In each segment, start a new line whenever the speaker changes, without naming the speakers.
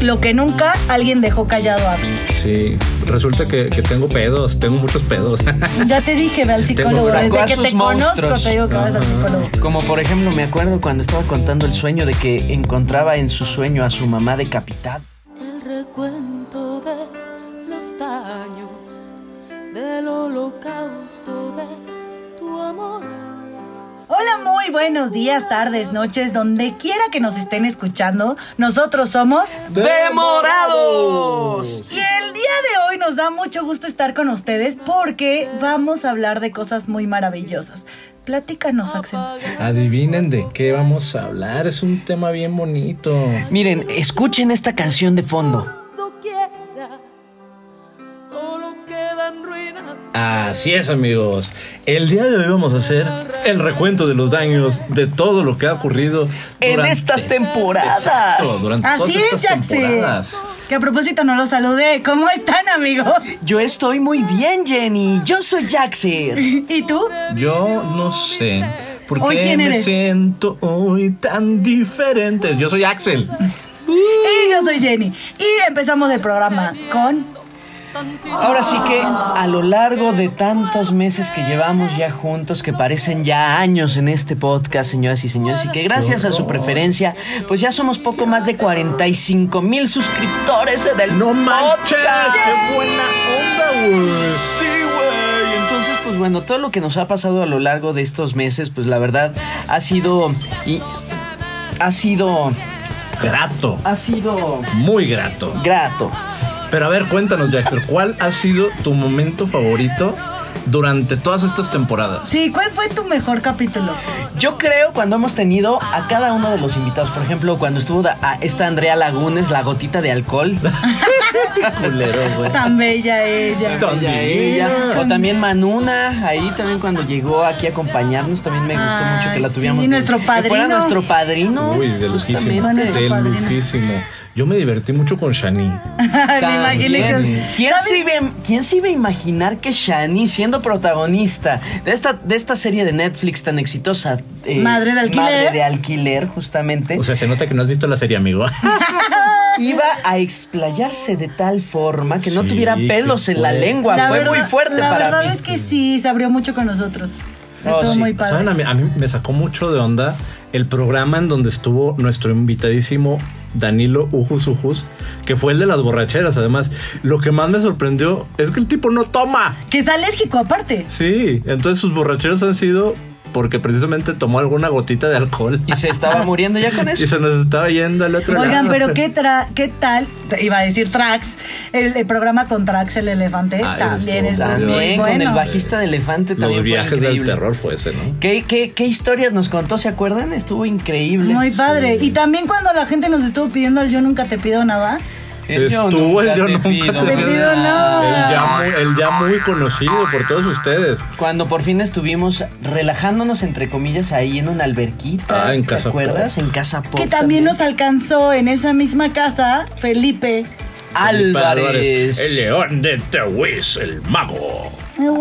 lo que nunca alguien dejó callado a mí.
Sí, resulta que, que tengo pedos, tengo muchos pedos.
Ya te dije, ve al psicólogo.
Tengo-
Desde
Sacó a
que
sus
te conozco,
monstruos.
te digo que vas al psicólogo.
Como por ejemplo, me acuerdo cuando estaba contando el sueño de que encontraba en su sueño a su mamá decapitada.
El recuento de los daños del holocausto de tu amor.
Hola, muy buenos días, tardes, noches, donde quiera que nos estén escuchando. Nosotros somos.
¡Demorados!
Y el día de hoy nos da mucho gusto estar con ustedes porque vamos a hablar de cosas muy maravillosas. Platícanos, Axel.
Adivinen de qué vamos a hablar, es un tema bien bonito.
Miren, escuchen esta canción de fondo.
Cuando quiera, solo quedan ruinas.
Así es amigos, el día de hoy vamos a hacer el recuento de los daños de todo lo que ha ocurrido
En
durante-
estas temporadas.
Exacto, durante todas
Así es,
estas
Jackson.
temporadas.
Que a propósito no los saludé. ¿Cómo están, amigos?
Yo estoy muy bien, Jenny. Yo soy Jackson.
¿Y tú?
Yo no sé por
Hoy,
qué
¿quién
me
eres?
siento hoy tan diferente. Yo soy Axel.
Y yo soy Jenny. Y empezamos el programa con.
Ahora sí que a lo largo de tantos meses que llevamos ya juntos, que parecen ya años en este podcast, señoras y señores, y que gracias a su preferencia, pues ya somos poco más de 45 mil suscriptores del
¡No manches!
podcast.
¡Qué buena onda, güey!
Sí, güey. Entonces, pues bueno, todo lo que nos ha pasado a lo largo de estos meses, pues la verdad ha sido y ha sido
Grato,
ha sido
muy grato.
grato.
Pero a ver, cuéntanos, Jackson, ¿cuál ha sido tu momento favorito durante todas estas temporadas?
Sí, ¿cuál fue tu mejor capítulo?
Yo creo cuando hemos tenido a cada uno de los invitados, por ejemplo, cuando estuvo da- a esta Andrea Lagunes, la gotita de alcohol,
Culero, güey.
Tan bella ella.
Tan
ella, ella. o también Manuna, ahí también cuando llegó aquí a acompañarnos, también me gustó
Ay,
mucho que la
Ah, sí,
tuviéramos.
nuestro
que fuera
padrino.
nuestro padrino.
Uy, de lujísimo.
justamente.
Bueno,
De
padrino.
lujísimo. Yo me divertí mucho con Shani.
Me imaginé
También.
que.
¿Quién
¿Sabes?
se, iba, ¿Quién se iba a imaginar que Shani, siendo protagonista de esta, de esta serie de Netflix tan exitosa, eh,
Madre de Alquiler.
Madre de alquiler, justamente,
O sea, se nota que no has visto la serie, amigo.
iba a explayarse de tal forma que no
Sí,
tuviera
qué
pelos en la
fuerte.
lengua.
La
Fue muy
verdad-
fuerte
La
para
verdad
mí.
es que sí, se abrió mucho con nosotros.
Oh,
Estuvo
sí.
muy padre.
¿Saben? A mí, a mí me sacó mucho de onda el programa en donde estuvo nuestro invitadísimo Danilo Ujus Ujus, que fue el de las borracheras. Además, lo que más me sorprendió es que el tipo no toma.
Que es alérgico aparte.
Sí, entonces sus borracheras han sido porque precisamente tomó alguna gotita de alcohol
Y se estaba muriendo ya con
y
eso.
se nos estaba yendo al otro
Oigan,
lado.
pero qué, tra- qué tal, te iba a decir Trax, el, el programa con Trax el elefante
Ah, eso
también
estuvo
estuvo muy
También con el
bueno.
bajista de elefante este también
Los
fue
viajes del
increíble.
terror fue ese, ¿no?
¿Qué, qué, qué historias nos contó? ¿Se acuerdan? Estuvo increíble.
Muy padre. Y también cuando la gente nos estuvo pidiendo el yo nunca te pido nada.
El yo
Estuvo el yo nunca te
pido nada.
El ya,
Ah.
muy, el ya muy conocido por todos ustedes.
Cuando por fin estuvimos relajándonos, entre comillas, ahí en una alberquita.
Ah, en
¿Te
Casa
acuerdas? En Casa Pop.
Que también nos alcanzó en esa misma casa Felipe
Felipe
Álvarez.
El león de Tehuiz, el mago.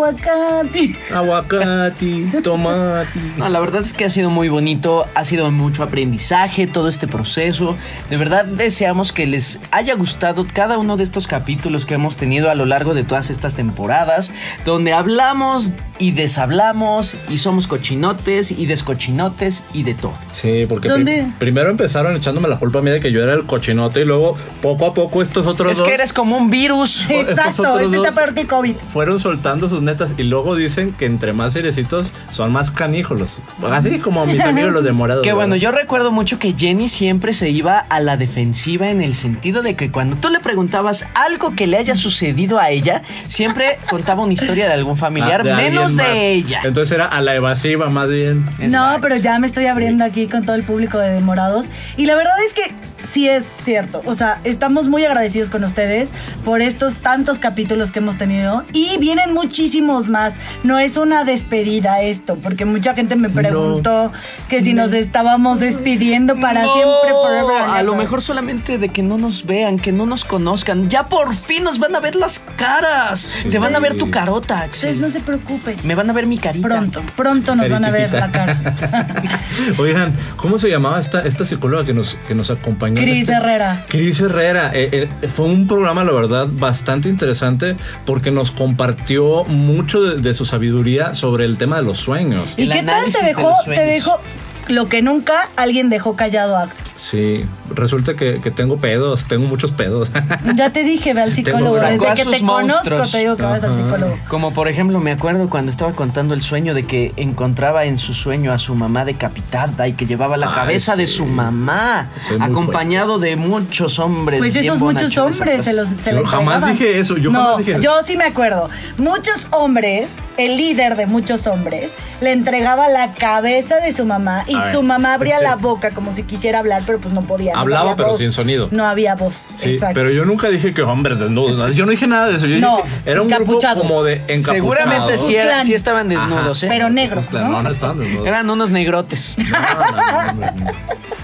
Aguacate.
Aguacate, tomate.
No, la verdad es que ha sido muy bonito, ha sido mucho aprendizaje todo este proceso. De verdad deseamos que les haya gustado cada uno de estos capítulos que hemos tenido a lo largo de todas estas temporadas, donde hablamos y deshablamos y somos cochinotes y descochinotes y de todo.
Sí, porque
¿Dónde?
pri- primero empezaron echándome la culpa a mí de que yo era el cochinote y luego poco a poco estos otros
Es
dos
que eres como un virus.
Exacto,
otros
este está
dos-
peor que COVID.
fueron soltando sus netas y luego dicen que entre más seriecitos son más caníjolos. Así como mis amigos los de morado.
Que bueno,
¿verdad?
yo recuerdo mucho que Jenny siempre se iba a la defensiva en el sentido de que cuando tú le preguntabas algo que le haya sucedido a ella, siempre contaba una historia de algún familiar,
Ah, de alguien
menos
más.
de ella.
Entonces era a la evasiva más bien.
Exacto.
No, pero ya me estoy abriendo aquí con todo el público de Demorados. Y la verdad es que sí es cierto. O sea, estamos muy agradecidos con ustedes por estos tantos capítulos que hemos tenido. Y vienen muchísimos más. No es una despedida esto, porque mucha gente me preguntó que si nos estábamos despidiendo para
No,
siempre. forever and
a lo
ever.
mejor solamente de que no nos vean, que no nos conozcan. Ya por fin nos van a ver las caras. Te van a ver tu carota,
Ustedes
Axel.
no se preocupen.
Me van a ver mi carita.
Pues Pronto, pronto nos van a ver la
Carititita.
cara.
Oigan, ¿cómo se llamaba esta, esta psicóloga que nos, que nos acompañó chingón.
Cris
este-
Herrera.
Cris Herrera. eh, eh, fue un programa, la verdad, bastante interesante porque nos compartió mucho de, de su sabiduría sobre el tema de los sueños.
¿Y
El
qué tal
análisis
te
de
dejó,
los
te
sueños.
dejó lo que nunca alguien dejó callado a Axel?
Sí, resulta que, que tengo pedos, tengo muchos pedos.
Ya te dije, ve al psicólogo.
sacó
Desde
a
que
sus
te conozco
monstruos.
te digo que vas al
Ajá.
psicólogo.
Como por ejemplo, me acuerdo cuando estaba contando el sueño de que encontraba en su sueño a su mamá decapitada y que llevaba la
Ay,
cabeza de
sí.
su mamá,
Soy muy
acompañado de muchos hombres.
Pues
bien
esos muchos
bonachones
hombres se los
atrás.
se
Yo
les
jamás
entregaban.
dije eso, yo
no,
jamás dije eso.
Yo sí me acuerdo. Muchos hombres, el líder de muchos hombres, le entregaba la cabeza de su mamá y
A ver.
su mamá abría la boca como si quisiera hablar, pero pues no podía. no
Hablaba,
había
pero
voz.
sin sonido.
No había voz.
Sí,
Exacto.
pero yo nunca dije que hombres desnudos. nada. Yo no dije nada de eso. Yo
No,
dije, era un grupo
encapuchados.
como de encapuchados.
Seguramente sí,
Sus
era-
clan.
sí estaban desnudos, ¿eh?
Pero negros,
Claro,
¿no?
no, no estaban desnudos.
Eran unos negrotes.
No, no, no, no, no.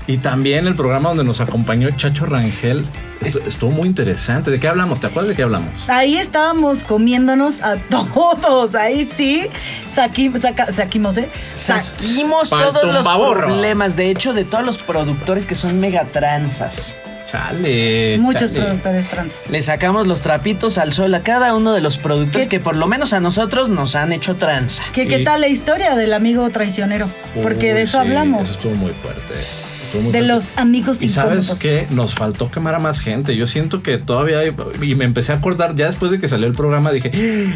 Y también el programa donde nos acompañó Chacho Rangel est- estuvo muy interesante. ¿De qué hablamos? ¿Te acuerdas de qué hablamos?
Ahí estábamos comiéndonos a todos. Ahí sí. Saqui, saca, saquimos, ¿eh? Sa-
Saquimos
Pal
todos los
tumbaborro.
problemas, de hecho, de todos los productores que son megatranzas.
Chale.
muchos
chale.
productores transes.
Le sacamos los trapitos al sol a cada uno de los productores
¿Qué?
que por lo menos a nosotros nos han hecho tranza.
¿Qué, ¿Qué
Y-
tal la historia del amigo traicionero? Porque
Uy,
de eso
sí,
hablamos.
Eso estuvo muy fuerte. estuvo muy
De
fuerte.
los amigos
Y sabes
incómodos.
que nos faltó quemar a más gente. Yo siento que todavía hay, y me empecé a acordar ya después de que salió el programa. Dije,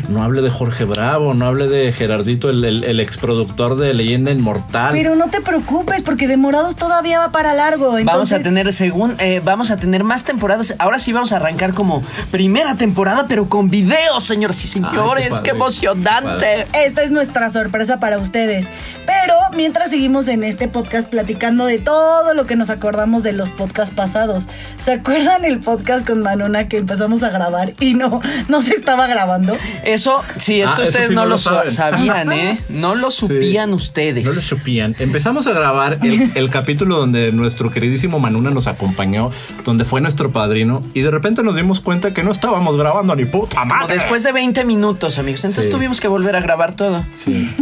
no hable de Jorge Bravo, no hable de Gerardito, el, el, el exproductor de Leyenda Inmortal.
Pero no te preocupes, porque de Morados todavía va para largo.
Vamos a
entonces-
tener según eh, vamos a tener más temporadas. Ahora sí vamos a arrancar como primera temporada, pero con videos, señores y señores.
Ay, qué padre,
qué emocionante.
qué
Esta es nuestra sorpresa para ustedes. Pero mientras seguimos en este podcast platicando de todo lo que nos acordamos de los podcasts pasados. ¿Se acuerdan el podcast con Manona que empezamos a grabar y no, no se estaba grabando?
Eso, sí, esto
Ah, eso
ustedes
sí
no,
no
lo
lo
so-
saben.
sabían, ¿eh? No lo
Sí.
supían ustedes.
No lo supían. Empezamos a grabar el, el capítulo donde nuestro queridísimo Manuna nos acompañó, donde fue nuestro padrino, y de repente nos dimos cuenta que no estábamos grabando ni puta
Como
madre.
después de 20 minutos, amigos. Entonces
Sí.
tuvimos que volver a grabar todo.
Sí.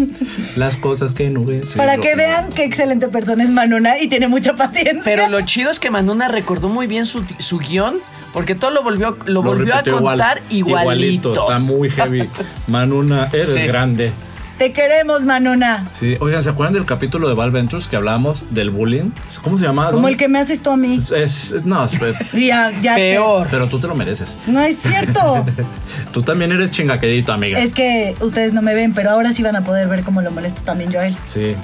Las cosas que no ven. sí,
para
lo
que vean qué excelente persona es Manona y tiene mucha paciencia.
Pero lo chido es que Manuna recordó muy bien su, su guión, porque todo lo volvió, lo
Lo
volvió a
repitió igual.
contar igualito.
Está muy heavy. Manuna, eres
Sí.
grande.
Te queremos, Manona.
Sí. Oigan, ¿se acuerdan del capítulo de Val Ventures que hablamos del bullying? ¿Cómo se llamaba?
Como
¿Dónde?
el que me haces tú a mí.
Es, es- no, es-
Y a- ya sé.
Peor.
pero tú te lo mereces.
No es cierto.
Tú también eres chingaquedito, amiga.
es que ustedes no me ven, pero ahora sí van a poder ver cómo lo molesto también yo a él.
Sí.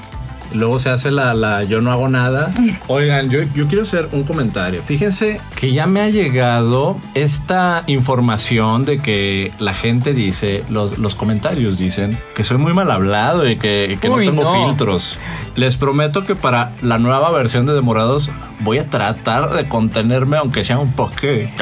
Luego se hace la, la yo no hago nada. Oigan, yo, yo quiero hacer un comentario. Fíjense que ya me ha llegado esta información de que la gente dice, los, los comentarios dicen que soy muy mal hablado y que, que
Uy,
no tengo
no.
filtros. Les prometo que para la nueva versión de Demorados voy a tratar de contenerme aunque sea un poquito.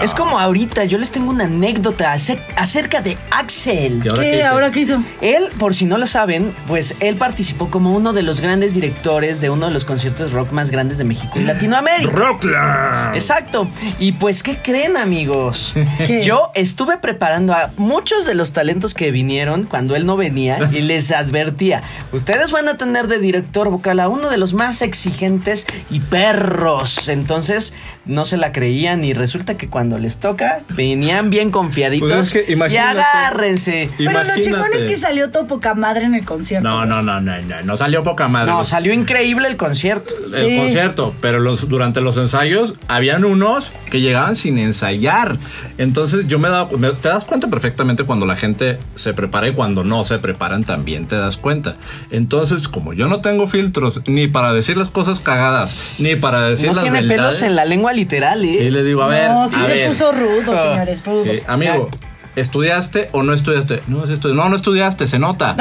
Es como ahorita, yo les tengo una anécdota acer- acerca de Axel.
¿Y ahora qué
¿Qué?
hice?
¿Ahora qué hizo?
Él, por si no lo saben, pues él participó como uno de los grandes directores de uno de los conciertos rock más grandes de México y Latinoamérica.
¡Rockland!
Exacto. Y pues, ¿qué creen, amigos?
¿Qué?
Yo estuve preparando a muchos de los talentos que vinieron cuando él no venía y les advertía, ustedes van a tener de director vocal a uno de los más exigentes y perros. Entonces, no se la creían y resulta que cuando les toca, venían bien confiaditos.
Pues es que
y
imagínate.
agárrense.
Pero lo chingón es
Imagínate.
que salió todo poca madre en el concierto.
No, no, no, no, no, no salió poca madre.
No,
Los-
salió increíble el concierto.
el
Sí.
concierto, Eh, pero los, durante los ensayos habían unos que llegaban sin ensayar. Entonces yo me daba, me- te das cuenta perfectamente cuando la gente se prepara y cuando no se preparan también te das cuenta. Entonces como yo no tengo filtros ni para decir las cosas cagadas ni para decir
No
las
tiene
verdades,
pelos en la lengua literal, ¿eh?
sí le digo a ver,
No, sí
a
se
ver. Ah,
puso rudo, señores, rudo.
Sí, amigo, ¿estudiaste o no estudiaste? No, sí estudié. No, no estudiaste, se nota.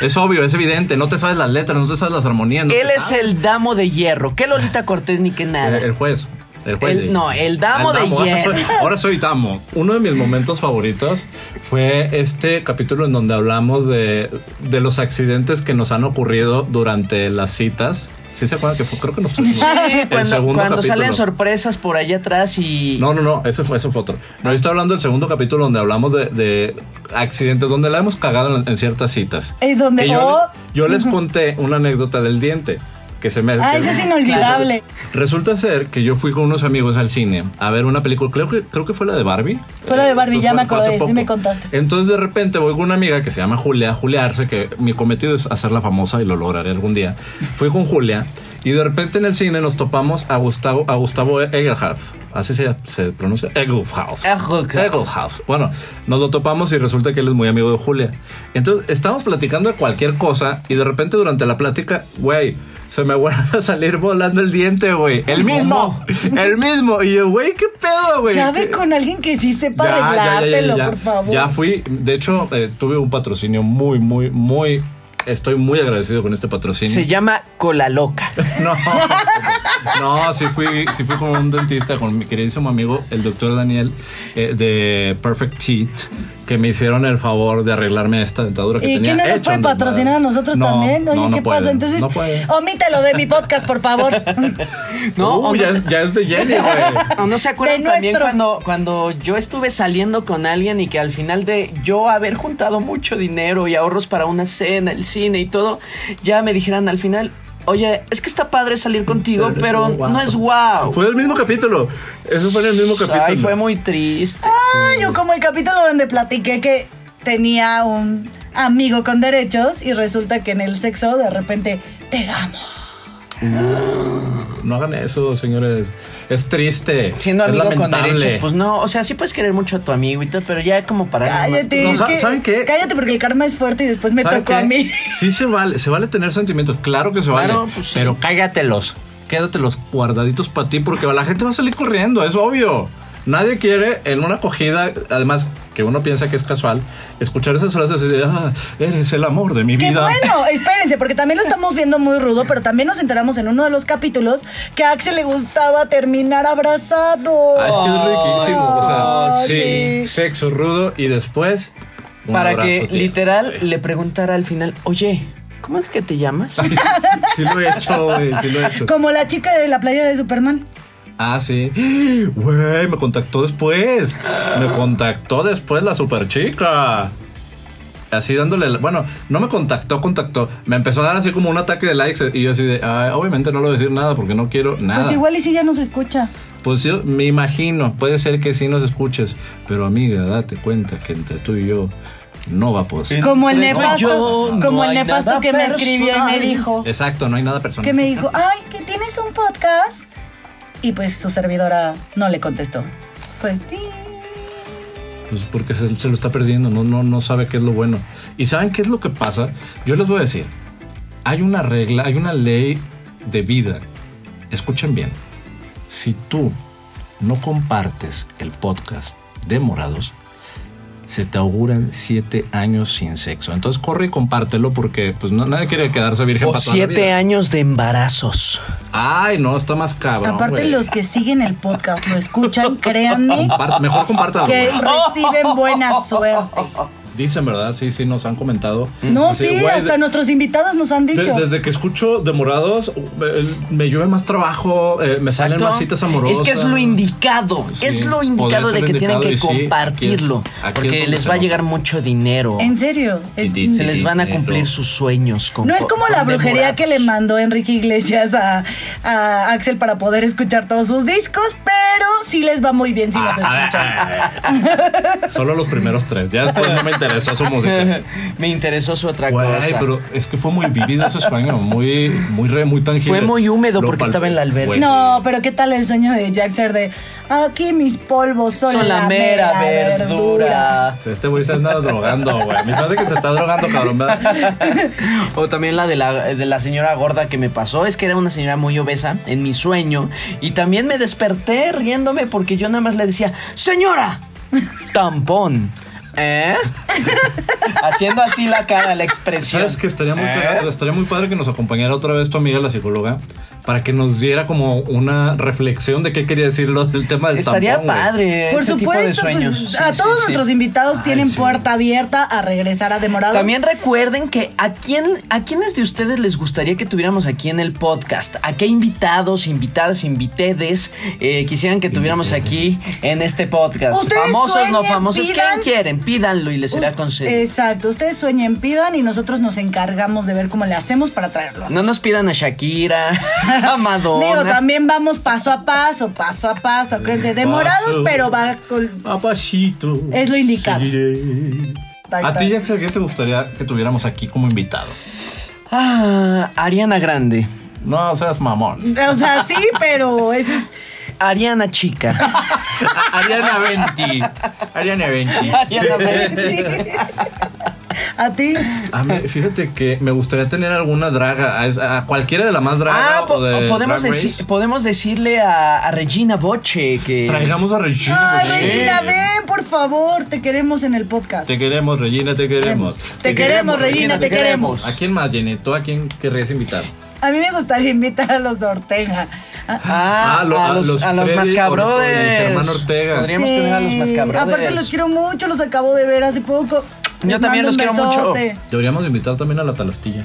Es obvio, es evidente. No te sabes las letras, no te sabes las armonías. no
Él
te
es
sabes.
el damo de hierro. Que Lolita Cortés ni que nada.
Eh, El juez. El juez.
El-
de-
no, el damo de
Ahora soy,
hierro.
ahora soy damo. Uno de mis momentos favoritos fue este capítulo en donde hablamos de, de los accidentes que nos han ocurrido durante las citas. ¿Sí se acuerdan que fue? Creo que nos pusimos
Sí,
el
cuando,
segundo
cuando salen
capítulo.
sorpresas por allá atrás y.
No, no, no, eso fue, eso fue otro. No, yo estoy hablando del segundo capítulo donde hablamos de, de accidentes, donde la hemos cagado en, en ciertas citas.
Es Eh, donde-
Que yo,
oh.
yo les conté una anécdota del diente. que se me...
Ah, ese es inolvidable.
Resulta ser que yo fui con unos amigos al cine a ver una película, creo que, creo que fue la de Barbie.
Fue la de Barbie, ya
fue-
me
fue hace
acordé, sí
poco.
me contaste.
Entonces de repente voy con una amiga que se llama Julia, Julia Arce, que mi cometido es hacerla famosa y lo lograré algún día. Fui con Julia y de repente en el cine nos topamos a Gustavo, a Gustavo Egelhardt. Así se, se pronuncia, Egelhardt.
Ah,
Eh,
Egelhardt.
Egelhardt. Bueno, nos lo topamos y resulta que él es muy amigo de Julia. Entonces, estábamos platicando de cualquier cosa y de repente durante la plática, güey, se me vuelve a salir volando el diente, güey. El mismo. El mismo. Y yo, güey, ¿qué pedo, güey?
Ya
¿Qué-
ve con alguien que sí sepa
ya, ya, ya, ya,
arreglártelo,
ya.
por favor.
Ya fui, de hecho, eh, tuve un patrocinio muy, muy, muy. Estoy muy agradecido con este patrocinio.
Se llama Cola Loca.
No, no, sí fui, sí fui con un dentista, con mi queridísimo amigo, el doctor Daniel, eh, de Perfect Teeth, que me hicieron el favor de arreglarme esta dentadura que
¿Y
tenía.
quién no nos
hecha
puede
un
patrocinar a
desmadre.
nosotros
No,
también? Oye,
no, no
¿qué
puede,
pasa? Entonces, oh,
no puede.
omítelo de mi podcast, por favor.
No,
Uh,
o no
ya,
se-
es- ya es de Jenny, güey.
¿O no se acuerdan
De
también
nuestro.
cuando, cuando yo estuve saliendo con alguien y que al final de yo haber juntado mucho dinero y ahorros para una cena, el cine y todo, ya me dijeran al final, oye, es que está padre salir contigo,
Pero
pero
no, wow".
no es wow.
Fue el mismo capítulo. Eso fue en el mismo capítulo.
Ay, fue muy triste.
Ah, yo como el capítulo donde platiqué que tenía un amigo con derechos y resulta que en el sexo de repente te amo.
No hagan eso, señores. Es triste.
Siendo
es
amigo con
lamentable.
derechos, pues no, o sea, sí puedes querer mucho a tu amigo y todo, pero ya como para... nada más
Cállate.
No,
es
sa-
que-
¿saben qué?
Cállate porque el karma es fuerte y después me
¿Sabe
tocó
qué?
a mí.
Sí se vale, se vale tener sentimientos, claro que se
Claro,
vale.
pues sí.
Pero cállatelos, quédatelos guardaditos para ti porque la gente va a salir corriendo, es obvio. Nadie quiere en una acogida, además que uno piensa que es casual, escuchar esas frases de, "Ah, eres el amor de mi
Qué
vida.
bueno, espérense, porque también lo estamos viendo muy rudo, pero también nos enteramos en uno de los capítulos que a Axel le gustaba terminar abrazado.
Ah, es que es riquísimo, o sea,
Oh,
sí,
sí.
sexo rudo y después... un
para
abrazo,
que
tío.
literal le preguntara al final, oye, ¿cómo es que te llamas?
Sí, sí lo he hecho, güey, sí lo he hecho.
Como la chica de la playa de Superman.
Ah, sí. Güey, me contactó después. Me contactó después la super chica. Así dándole. la- Bueno, no me contactó, contactó. Me empezó a dar así como un ataque de likes. Y yo así de. "Ah, obviamente no le voy a decir nada porque no quiero nada.
Pues igual y si ya nos escucha.
Pues yo me imagino. Puede ser que sí nos escuches. Pero amiga, date cuenta que entre tú y yo no va a poder. ser.
Como el
Entre tú y
nefasto,
yo, no
como el
hay
nefasto
nada
que me escribió y me
personal.
dijo,
Exacto, no hay nada personal.
que me dijo, ay, que tienes un podcast. Y pues su servidora no le contestó. Fue, "Ting".
Pues porque se, se lo está perdiendo, no, no, no sabe qué es lo bueno. ¿Y saben qué es lo que pasa? Yo les voy a decir, hay una regla, hay una ley de vida. Escuchen bien, si tú no compartes el podcast de Morados, se te auguran siete años sin sexo. Entonces corre y compártelo porque pues no- nadie quiere quedarse virgen
O
para toda la
siete
vida.
años de embarazos.
Ay, no, está más cabrón.
Aparte
güey.
los que siguen el podcast lo escuchan, créanme
Comparte- mejor compártelo.
que
Ah, güey.
reciben buena suerte.
Dicen, ¿verdad? Sí, sí, nos han comentado.
No,
Así,
sí,
Mm, güey,
hasta
de-
nuestros invitados nos han
De-
dicho.
desde que escucho de morados, eh, me llueve más trabajo, eh, me salen más citas amorosas.
Es que es lo indicado.
Sí,
es lo
podría
indicado
ser
de que
indicado
tienen
y
que
sí, aquí es-
compartirlo.
aquí es
porque
donde
les
se
va a
nota.
llegar mucho dinero.
En serio. es-
Y dice-
Se les van a
Dinero.
cumplir sus sueños. con-
no es como la
con
brujería
demorados.
que le mandó Enrique Iglesias a, a Axel para poder escuchar todos sus discos, pero sí les va muy bien si
Ah,
nos
a ver,
escuchan.
a ver. Solo los primeros tres. Ya después no me interesó su música.
Me interesó su otra
Güey,
cosa.
pero es que fue muy vivido ese sueño, muy, muy, re- muy tangible.
Fue muy húmedo porque
palpé.
estaba en la alberca.
Güey,
No, pero ¿qué tal el sueño de Jaxer de aquí mis polvos son,
Son la mera verdura.
sí. Este güey se anda drogando, güey. Me parece que se está drogando, cabrón. ¿verdad?
O también la de, la de la señora gorda que me pasó. Es que era una señora muy obesa en mi sueño. Y también me desperté riéndome porque yo nada más le decía, señora, tampón. ¿Eh? Haciendo así la cara, la expresión.
Sabes que estaría muy,
¿Eh?
cagado, estaría muy padre que nos acompañara otra vez tu amiga, la psicóloga, para que nos diera como una reflexión de qué quería decir lo del tema del
Estaría
tampón, güey.
padre
Por
ese
supuesto,
tipo de sueños.
pues,
Sí,
a
sí,
todos
sí.
nuestros invitados
Ay,
tienen
sí.
puerta abierta a regresar a Demorados.
También recuerden que a quién, a quiénes de ustedes les gustaría que tuviéramos aquí en el podcast, a qué invitados, invitadas, invitedes eh, quisieran que tuviéramos aquí en este podcast.
Ustedes
Famosos, no
sueñen,
famosos,
pidan.
¿quién quieren? Pídanlo y les será
Us-
concedido.
Exacto, ustedes sueñen, pidan y nosotros nos encargamos de ver cómo le hacemos para traerlo.
No nos pidan a Shakira, a Madonna.
Digo, también vamos paso a paso, paso a paso, acuérdense, demorados,
Paso.
pero va con...
Papachito,
Es lo indicado.
seguiré.
Tac,
A
tac.
ti, Jackson, ¿qué te gustaría que tuviéramos aquí como invitado?
Ah, Ariana Grande,
No seas mamón.
O sea, sí, pero ese es...
Ariana Chica.
Ariana Venti. Ariana Venti.
Ariana Grande.
a ti.
A mí, fíjate que me gustaría tener alguna draga, a, esa- a cualquiera de la más draga.
Ah, po-
o de
podemos,
Drag
deci-
Race.
podemos decirle a, a Regina Boche que...
Traigamos a Regina.
Ay,
Bocelli.
Regina, ven, por favor, te queremos en el podcast.
Te queremos, Regina, te queremos.
Te queremos, Regina, te queremos.
¿A quién más, Jenny? ¿Tú a quién querrías invitar?
A mí me gustaría invitar a los Ortega. Ah,
Ah,
Ah, lo-
a,
a
los,
los
a los
Freddy o- o
mascabrothers.
de Germán Ortega.
Podríamos tener a los
sí.
mascabrothers.
Aparte los quiero mucho, los acabo de ver hace poco.
Yo
Les
también
mando
los
un
quiero mucho.
besote.
Deberíamos invitar también a la Talastilla.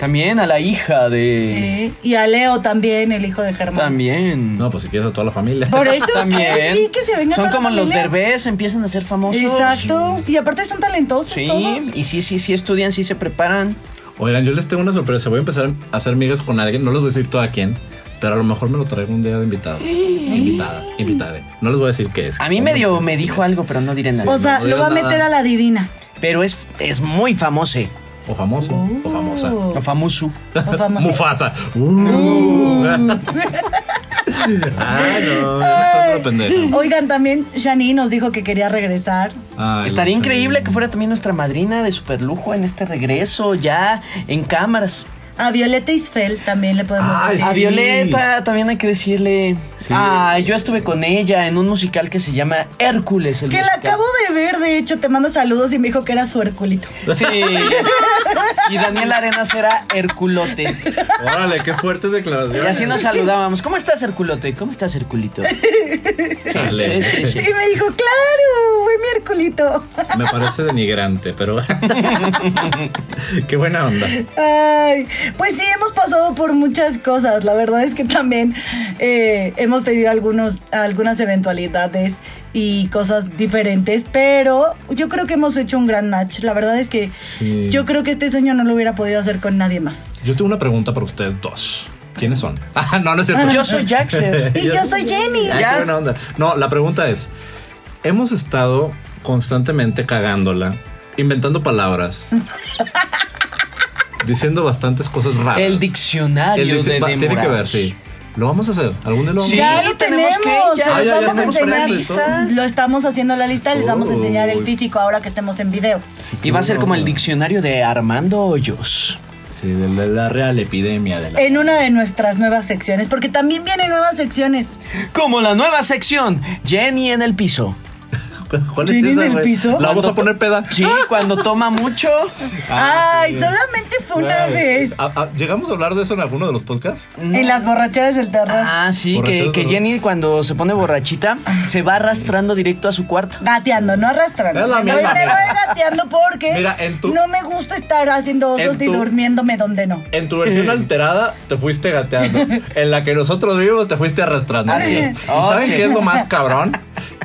También a la hija de...
Sí. Y a Leo también, el hijo de Germán.
También.
No, pues si quieres a toda la familia.
Por eso,
También.
sí, que se venga
Son
toda la
como los
familia.
derbés, empiezan a ser famosos.
Exacto. Y aparte son talentosos
Sí,
todos.
y sí, sí, sí estudian, sí se preparan.
Oigan, yo les tengo una sorpresa. Voy a empezar a hacer migas con alguien. No les voy a decir todo a quién. Pero a lo mejor me lo traigo un día de invitado. Invitada, invitada. No les voy a decir qué es.
A mí medio me dijo algo, pero no diré nada.
O sea,
no
lo
digas
va a
nada.
meter a la divina.
Pero es, es muy famoso.
O famoso, o famosa.
Oh,
Lo famoso.
o famoso.
Mufasa. Uh. Ay, no, ya me estás dando pendejo.
Oigan, también Shani nos dijo que quería regresar.
Ay,
Estaría
Lucho.
increíble que fuera también nuestra madrina de superlujo en este regreso, ya en cámaras.
A Violeta Isfel también le podemos
Ay,
decir.
A
Sí.
Violeta también hay que decirle.
Sí.
Ah, yo estuve con ella en un musical que se llama Hércules. El
Que la
musical.
acabo de ver, de hecho, te manda saludos y me dijo que era su herculito.
Sí. Y Daniel Arenas era Herculote.
Órale, qué fuertes
Y
declaraciones.
así nos saludábamos. ¿Cómo estás, Herculote? ¿Cómo estás, Herculito?
Chale.
Sí, sí,
Sí, me dijo, claro, fue mi herculito.
Me parece denigrante, pero. Qué buena onda.
Ay, pues sí, hemos pasado por muchas cosas. La verdad es que también eh, hemos tenido algunos, algunas eventualidades y cosas diferentes, pero yo creo que hemos hecho un gran match. La verdad es que
Sí.
yo creo que este sueño no lo hubiera podido hacer con nadie más.
Yo tengo una pregunta para ustedes dos. ¿Quiénes son? Ah, no, no es cierto.
Yo soy Jackson.
Y yo soy Jenny.
Ay,
Ya.
qué buena onda. No, la pregunta es: hemos estado constantemente cagándola, inventando palabras, diciendo bastantes cosas raras.
El diccionario
El dicci-
de
va- Tiene que ver,
Demorados.
sí. Lo vamos a hacer. Algún día lo vamos
Sí,
a hacer.
ya lo tenemos,
tenemos que- ya-
se
Ah,
los
ya- ya
vamos a
estamos
enseñar.
poniendo
lista.
Lo estamos haciendo la lista, les vamos a enseñar el
Uy.
físico ahora que estemos en video.
Sí,
Y va a ser como el
no.
diccionario de Armando Hoyos.
Sí, de la, la real epidemia de la.
En una de nuestras nuevas secciones, porque también vienen nuevas secciones.
Como la nueva sección, Jenny en el piso.
¿Cuál
¿Jenny en el
güey?
piso?
¿La vamos
Cuando
a poner
to-
peda?
Sí, cuando toma mucho.
Ah,
Ay,
sí. Ah,
solamente fue una
Ay,
vez.
¿a- a- ¿Llegamos a hablar de eso en alguno de los podcasts?
En las borracheras del terror.
Ah, sí, que,
Borrachoso,
que
¿no?
Jenny cuando se pone borrachita se va arrastrando directo a su cuarto.
Gateando, no arrastrando.
Es la
me
misma
voy- me
mierda.
voy gateando porque
Mira, en tu-
no me gusta estar haciendo osos
en
y
tu-
durmiéndome donde no.
En tu versión alterada te fuiste gateando. En la que nosotros vivimos te fuiste arrastrando.
Ah, sí.
¿Y
Oh,
saben
sí.
qué es lo más cabrón?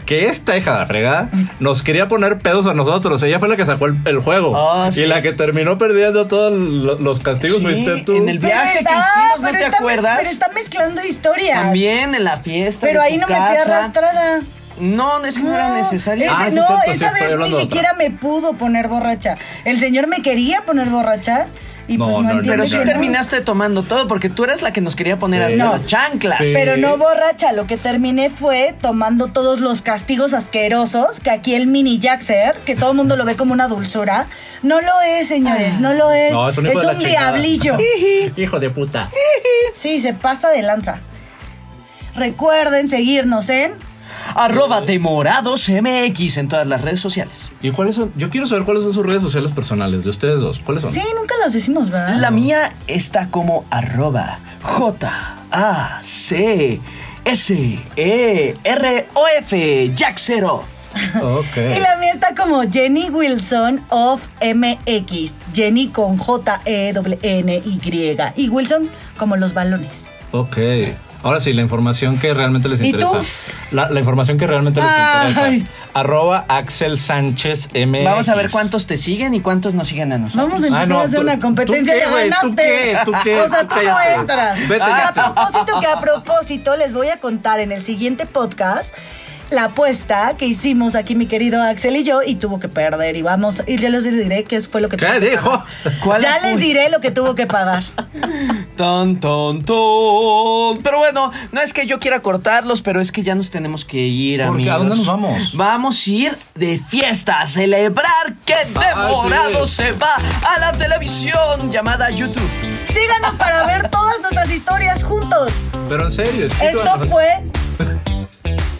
Que esta hija de la fregada nos quería poner pedos a nosotros. Ella fue la que sacó el, el juego.
Oh, sí.
Y la que terminó perdiendo todos lo- los castigos
Sí,
fuiste tú.
en el- viaje que hicimos, ¿no
pero
te
está mez-
acuerdas?
Pero está mezclando historias.
También en la fiesta.
Pero
de
ahí
tu
no me fui
casa.
arrastrada.
No, es que no, era necesario.
ese
Ah, sí,
no,
cierto, sí,
esa
estoy
vez ni
hablando de otra.
siquiera me pudo poner borracha. El señor me quería poner borracha y
No,
pues no,
no, no,
entiendo
pero
que
sí
no.
terminaste tomando todo porque tú eras la que nos quería poner hasta
No.
las chanclas.
Sí.
Pero no borracha, lo que terminé fue tomando todos los castigos asquerosos que aquí el mini jaxer, que todo el mundo lo ve como una dulzura, no lo es, señores, no lo es.
No, es un hijo de la chingada.
diablillo.
Hijo de puta.
Sí, se pasa de lanza. Recuerden seguirnos en
Arroba Demorados MX en todas las redes sociales.
¿Y cuáles son? Yo quiero saber cuáles son sus redes sociales personales de ustedes dos. ¿Cuáles son?
Sí, nunca las decimos, ¿verdad?
La mía está como arroba J A, C, S, E, R, O, F, Jack Seroff.
Ok.
Y la mía está como Jenny Wilson of MX. Jenny con J-E-N-Y. Y Wilson como los balones.
Ok. Ahora sí, la información que realmente les
¿Y
interesa.
tú?
La, la información que realmente les
Ay.
interesa. Arroba Axel Sánchez MX.
Vamos a ver cuántos te siguen y cuántos nos siguen a nosotros.
Vamos a empezar
Ah, no,
a hacer
tú-
una competencia.
¿tú qué,
¡Ya
güey? ¿Tú
ganaste!
qué? ¿Tú qué?
O sea, tú no
Cállate.
entras.
Vete,
Ah,
ya.
a propósito, que a propósito, les voy a contar en el siguiente podcast la apuesta que hicimos aquí mi querido Axel y yo y tuvo que perder. Y vamos, y ya les diré qué fue lo que tuvo
¿Qué
que
dijo?
pagar.
¿Cuál
ya
apuesta?
les diré lo que tuvo que pagar.
Tan, tan, tan. Pero bueno, no es que yo quiera cortarlos, pero es que ya nos tenemos que ir,
¿Por qué?
amigos.
¿A dónde nos vamos?
Vamos a ir de fiesta, a celebrar que Demorado
sí.
se va a la televisión llamada YouTube.
Síganos para ver todas nuestras historias juntos.
Pero en serio,
Esto
escríbanos.
fue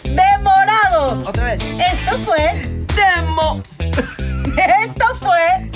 Demorados.
Otra vez.
Esto fue.
Demo.
Esto fue.